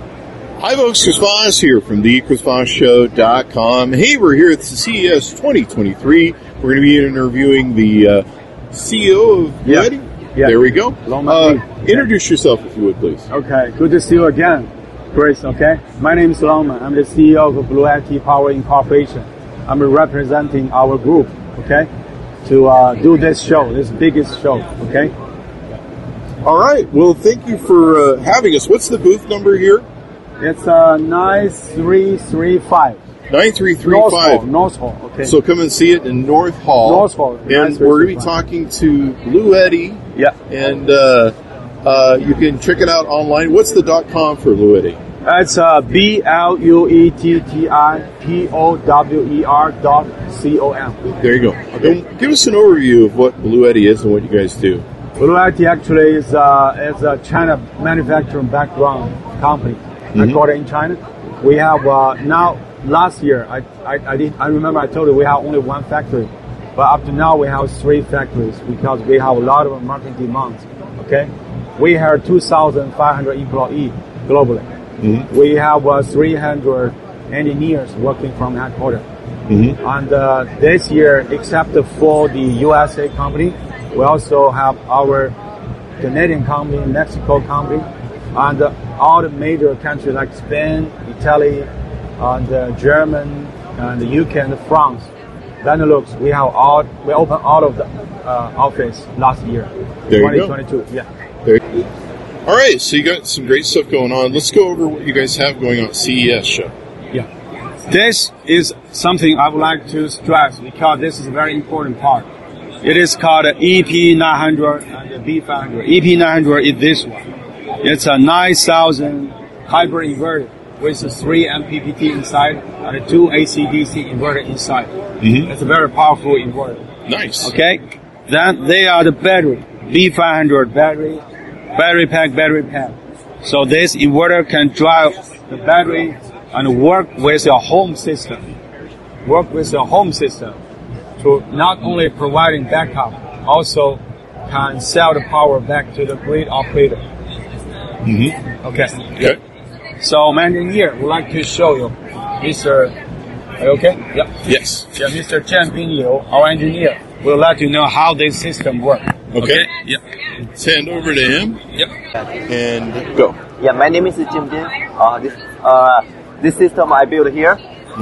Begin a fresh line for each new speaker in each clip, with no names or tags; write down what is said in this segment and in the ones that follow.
Hi, folks. Chris Voss here from thechrisvossshow.com. Hey, we're here at the E CES 2023. We're going to be interviewing the uh, CEO of
Yeah.
Ready.
Yeah.
There we go.
Long
Uh,
Matthew.
introduce yourself, if you would, please.
Okay, good to see you again, Chris. Okay, my name is Longman. I'm the CEO of Blue IT Power Incorporation. I'm representing our group. Okay, to uh, do this show, this biggest show. Okay,
All right. Well, thank you for uh, having us. What's the booth number here?
it's uh, nine three three five. North Hall,
9335.
North Hall. Okay.
So come and see it in North Hall.
North Hall,
And we're going to be
9335.
talking to Blue Eddy,
yeah,
and uh, uh, you can check it out online. What's the dot com for Blue Eddy?
it's uh, B L U E T T I P O W E R dot C O M.
There you go. And give us an overview of what Blue Eddy is and what you guys do.
Blue IT actually is, uh, is a China manufacturing background company headquartered in China. We have uh, now last year I, I, I, did, I remember I told you we have only one factory, but up to now we have three factories because we have a lot of market demands. Okay, we have 2,500 employees globally. We have uh, 300 engineers working from headquarters.
Mm-hmm.
And uh, this year, except for the USA company, we also have our Canadian company, Mexico company, and uh, all the major countries like Spain, Italy, and uh, German, and the UK and France. Then looks, we have all we opened all of the uh, office last year,
There you go.
2022. Yeah.
There. All right, so you got some great stuff going on. Let's go over what you guys have going on at CES show.
Yeah. This is something I would like to stress because this is a very important part. It is called E EP900 and the E B500. EP900 is this one. It's a 9000 hybrid inverter with a 3 MPPT inside and a 2 AC/DC inverter inside. It's a very powerful inverter.
Nice.
Okay? Then they are the battery, B500 battery, battery pack, battery pack. So this inverter can drive the battery and work with your home system. Work with your home system to not only providing backup, also can sell the power back to the grid operator. Mm-hmm. Okay.
Mm-hmm. Okay.
So, man, in here, we'd like to show you, Mr. Are you okay? Yep.
Yes.
Yeah, Mr. Jianping Liu, our engineer, will let you know how this system works.
Okay.
Yep.
Let's hand over to him
Yep.
and go.
Yeah, my name is Jim Bin. Uh, this, uh, this system I built here,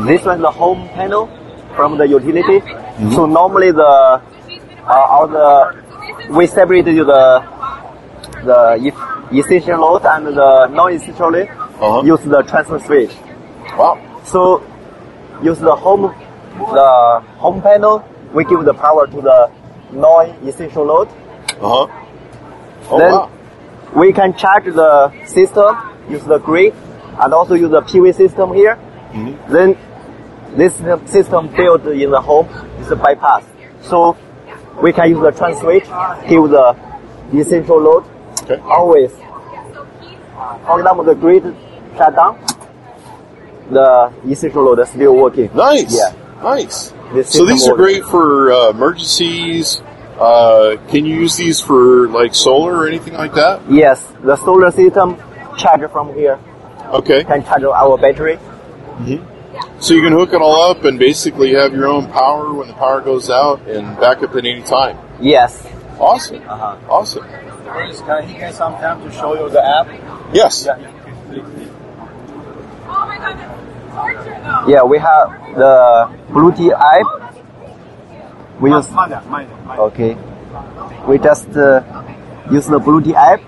this was the home panel from the utility. So normally the uh, all the we separated the the e- essential load and the non-essential load.
Uh-huh.
Use the transfer switch.
Wow.
So use the home the home panel. We give the power to the non-essential load.
Uh huh. Oh
then
wow.
we can charge the system, use the grid, and also use the PV system here. Then this system built in the home is a bypass. So we can use the trans switch, give the essential load
Okay.
always. For example, the grid shut down, the essential load is still working.
Nice.
Yeah.
Nice.
This
So
system
these are
works.
great for uh, emergencies. Uh, can you use these for like solar or anything like that?
Yes, the solar system charge from here
Okay.
can charge our battery.
So you can hook it all up and basically have your own power when the power goes out and back up at any time.
Yes.
Awesome.
Uh-huh.
Awesome.
Chris, can he get some time to show you the app?
Yes.
Oh my god, that's torture though.
Yeah, we have the blue tea app. We use
Mother, mother, mother.
okay. We just uh, use the blue tea app.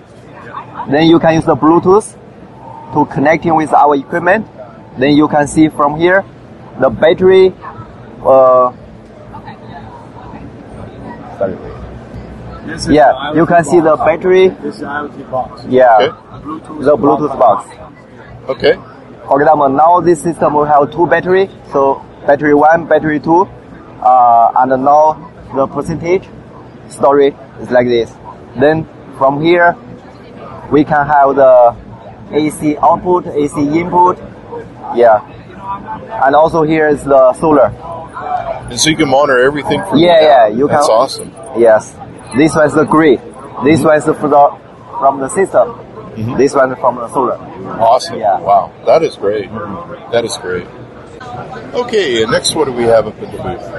Then you can use the Bluetooth to connecting with our equipment. Then you can see from here, the battery, uh,
This is
Yeah,
the IoT
you can see the
box.
battery.
This is IoT box.
yeah,
Okay.
the Bluetooth box.
Okay.
For example, now this system will have two battery, so battery one, battery two, uh, and now the percentage storage is like this. Then from here, we can have the AC output, AC input, yeah, and also here is the solar.
And so you can monitor everything from
Yeah, yeah, you
That's
can-
awesome.
Yes, this one's the grid, this one's from the from the system, this one's from the solar.
Awesome.
Yeah.
Wow. That is great. That is great. Okay, and next what do we have up in the booth?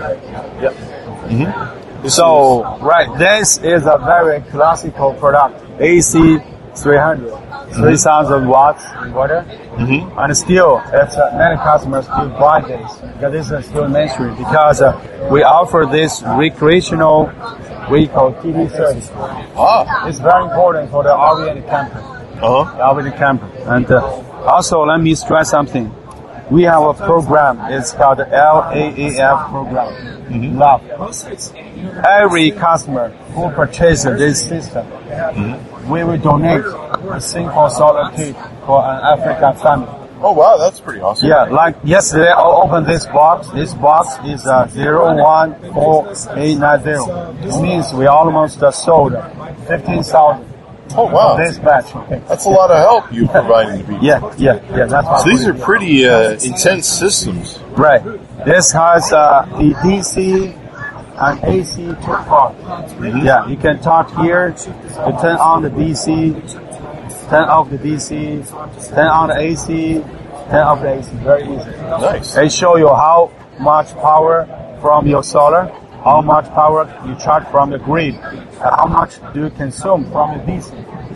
Yep.
This
So right, this is a very classical product, AC 300, 3,000 watts inverter, mm-hmm. and still, it's, uh, many customers still buy this because this is still mainstream because uh, we offer this recreational vehicle TV service.
is, ah,
It's very important for the oriented camper.
uh-huh.
I'll be the camper. And uh, also, let me stress something. We have a program. It's called LAAF E program. Love. Every customer who purchases this system, we will donate a single solar kit for an African family.
Oh, wow, that's pretty awesome.
Yeah, like yesterday, I opened this box. This box is uh, 014890. It means we almost uh, sold 15,000
Oh, wow.
this batch.
That's a lot of help you providing to people.
Yeah, yeah, yeah. That's what
So these are pretty uh, intense systems.
Right. This has uh, the DC and AC two part. Yeah, you can talk here to turn on the DC, turn off the DC, turn on the AC, turn off the AC. Very easy.
Nice.
They show you how much power from your solar, how much power you charge from the grid, and how much do you consume from the DC,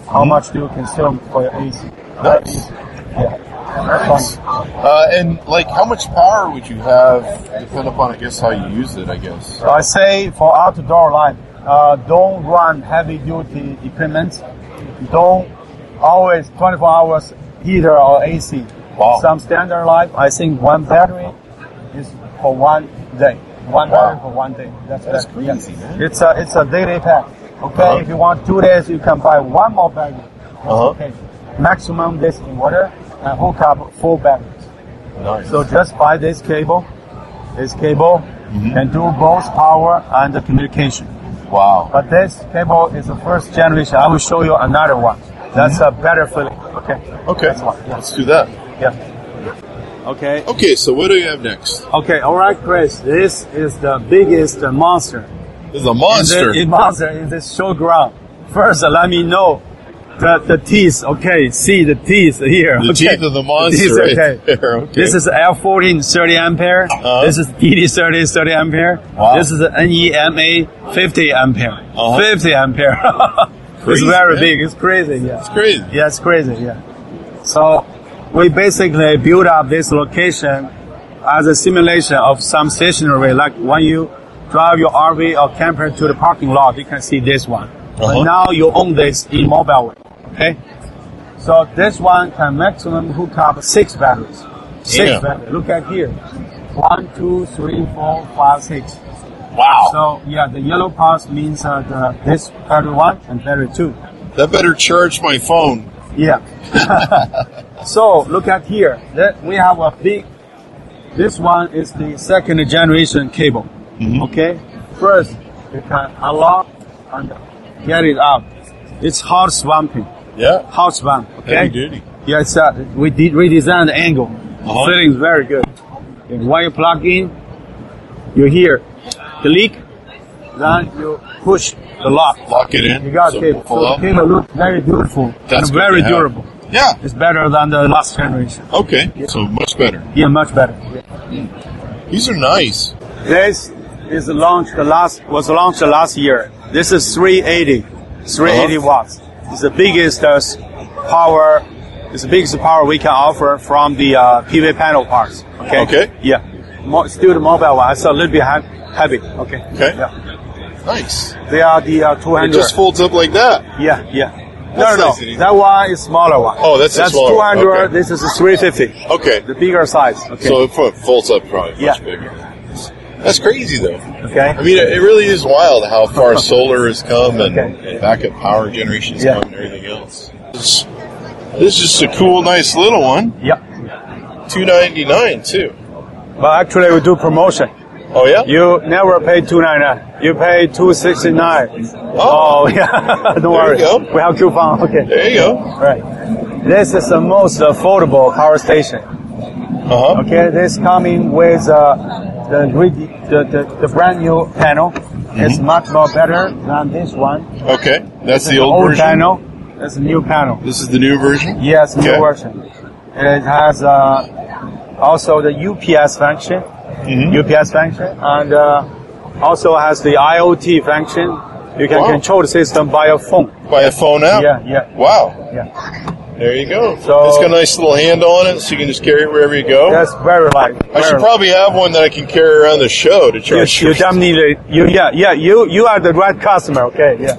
how much do you consume for your AC.
Nice.
Yeah. That's fun.
Uh, and, like, how much power would you have, depend upon, I guess, how you use it, I guess.
I say for outdoor life, uh, don't run heavy duty equipment. Don't always 24 hours heater or AC.
Wow.
Some standard life, I think one battery is for one day. One
Wow.
battery for one day. That's,
That's
it.
crazy,
Yeah.
man.
It's a it's a daily pack. Okay,
Uh-huh.
if you want two days, you can buy one more battery. That's
Uh-huh.
Okay. Maximum this in water and hook up four batteries.
Nice.
So just buy this cable, this cable,
Mm-hmm.
and do both power and the communication.
wow.
But this cable is the first generation. I will show you another one. That's
Mm-hmm.
a better feeling. Okay.
Okay,
That's one.
let's do that.
Yeah. Okay.
Okay, so what do we have next?
Okay. All right, Chris. This is the biggest monster.
This is a
in the-
monster.
in monster in this showground. First, let me know the, the teeth. Okay, see the teeth here.
The
okay.
teeth of the
teeth,
monster right
okay.
there, okay.
This is L14 30 ampere.
Uh-huh.
This is E ED30 30 ampere.
Wow.
This is E the NEMA 50 ampere.
Uh-huh.
50 ampere. it's
Crazy,
very
man.
big. It's crazy. Yeah.
It's crazy.
Yeah, it's crazy. Yeah. So we basically build up this location as a simulation of some stationary. Like when you drive your RV or camper to the parking lot, you can see this one.
Uh-huh.
But now you own this in mobile way. Okay. So this one can maximum hook up six batteries. Six
Yeah.
batteries. Look at here. One, two, three, four, five, six.
Wow.
So yeah, the yellow parts means uh, the, this battery one and battery two.
That better charge my phone.
Yeah. so look at here. That we have a big. This one is the second generation cable.
Mm-hmm.
Okay. First, you can unlock and get it out. It's hard swamping.
Yeah.
Hard swamp. Okay.
Heavy duty.
Yeah, it's uh, we did redesign the angle.
Uh-huh.
Feeling's very good. And When you plug in, you hear the leak. Then you push the lock.
Lock it in.
You got
so it
cable.
won't fall
So the
out.
cable looks very beautiful
That's
and
good
very
to have.
durable.
Yeah.
It's better than the last generation.
Okay. So much better.
Yeah, much better.
These are nice.
This is launched the last was launched last year. This is 380, 380
Uh-huh.
watts. It's the biggest uh, s- power. It's the biggest power we can offer from the uh, PV panel parts. Okay.
Okay.
Yeah. Mo- still the mobile one. It's a little bit hea- heavy. Okay.
Okay.
Yeah.
Nice.
They are the uh,
It
200.
just folds up like that.
yeah. Yeah.
That's
no,
nice
no,
and
no.
easy.
That one is smaller one.
Oh, that's a
that's
smaller one.
200.
Okay.
This is a 350.
Okay.
The bigger size. Okay.
So it fo- folds up probably much
Yeah.
bigger. That's crazy though.
okay.
I mean, it it really is wild how far solar has come and,
Okay.
and backup power generation has
Yeah.
come and everything else. This, this is just a cool, nice little one.
yeah.
Two ninety nine too.
But actually, we do promotion.
Oh yeah.
You never pay two ninety nine. You pay two sixty nine.
Oh.
yeah. Don't worry.
go.
We have coupon. Okay.
There you go.
Right. This is the most affordable power station.
Uh huh.
Okay, this coming with uh, the, grid, the, the the brand new panel. It's
Mm-hmm.
much more better than this one.
Okay. That's the old,
Old
version.
panel. It's a new panel.
This is the new version.
Yes, new
Okay.
version. And it has uh, also the UPS function,
Mm-hmm.
UPS function, and uh, also has the IoT function. You can
Wow.
control the system by your phone.
By a phone app.
Yeah, yeah,
Wow.
yeah.
There you go.
So-
it's got a nice little handle on it, so you can just carry it wherever you go.
That's very light.
I should
very light.
probably have one that I can carry around the show to
You,
charge.
you damn need it. You, yeah, yeah, you, you are the right customer, okay, yeah.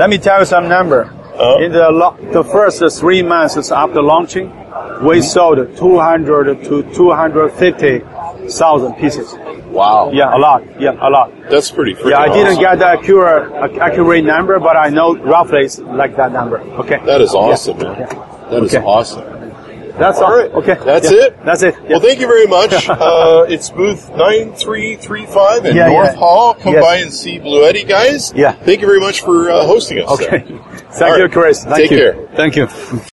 Let me tell you some number.
Uh-huh.
In the, lo- the first three months after launching,
Mm-hmm.
we sold 200 to 250,000 pieces.
Wow.
Yeah, a lot. Yeah, a lot.
That's pretty freaking
Yeah, I didn't
awesome.
get the accurate, ac- accurate number, but I know roughly it's like that number. Okay.
That is awesome, man. That
Yeah.
is
Okay.
awesome.
That's all.
All right.
Okay.
That's
Yeah.
it?
That's it. Yeah.
Well, thank you very much. uh, it's booth 9335 in
Yeah,
North
yeah.
Hall. Come
Yes.
by and see Blue Eddie, guys.
Yeah.
Thank you very much for uh, hosting us.
Okay.
there.
Thank
All
you,
right.
Chris. Thank
Take
you.
care.
Thank you.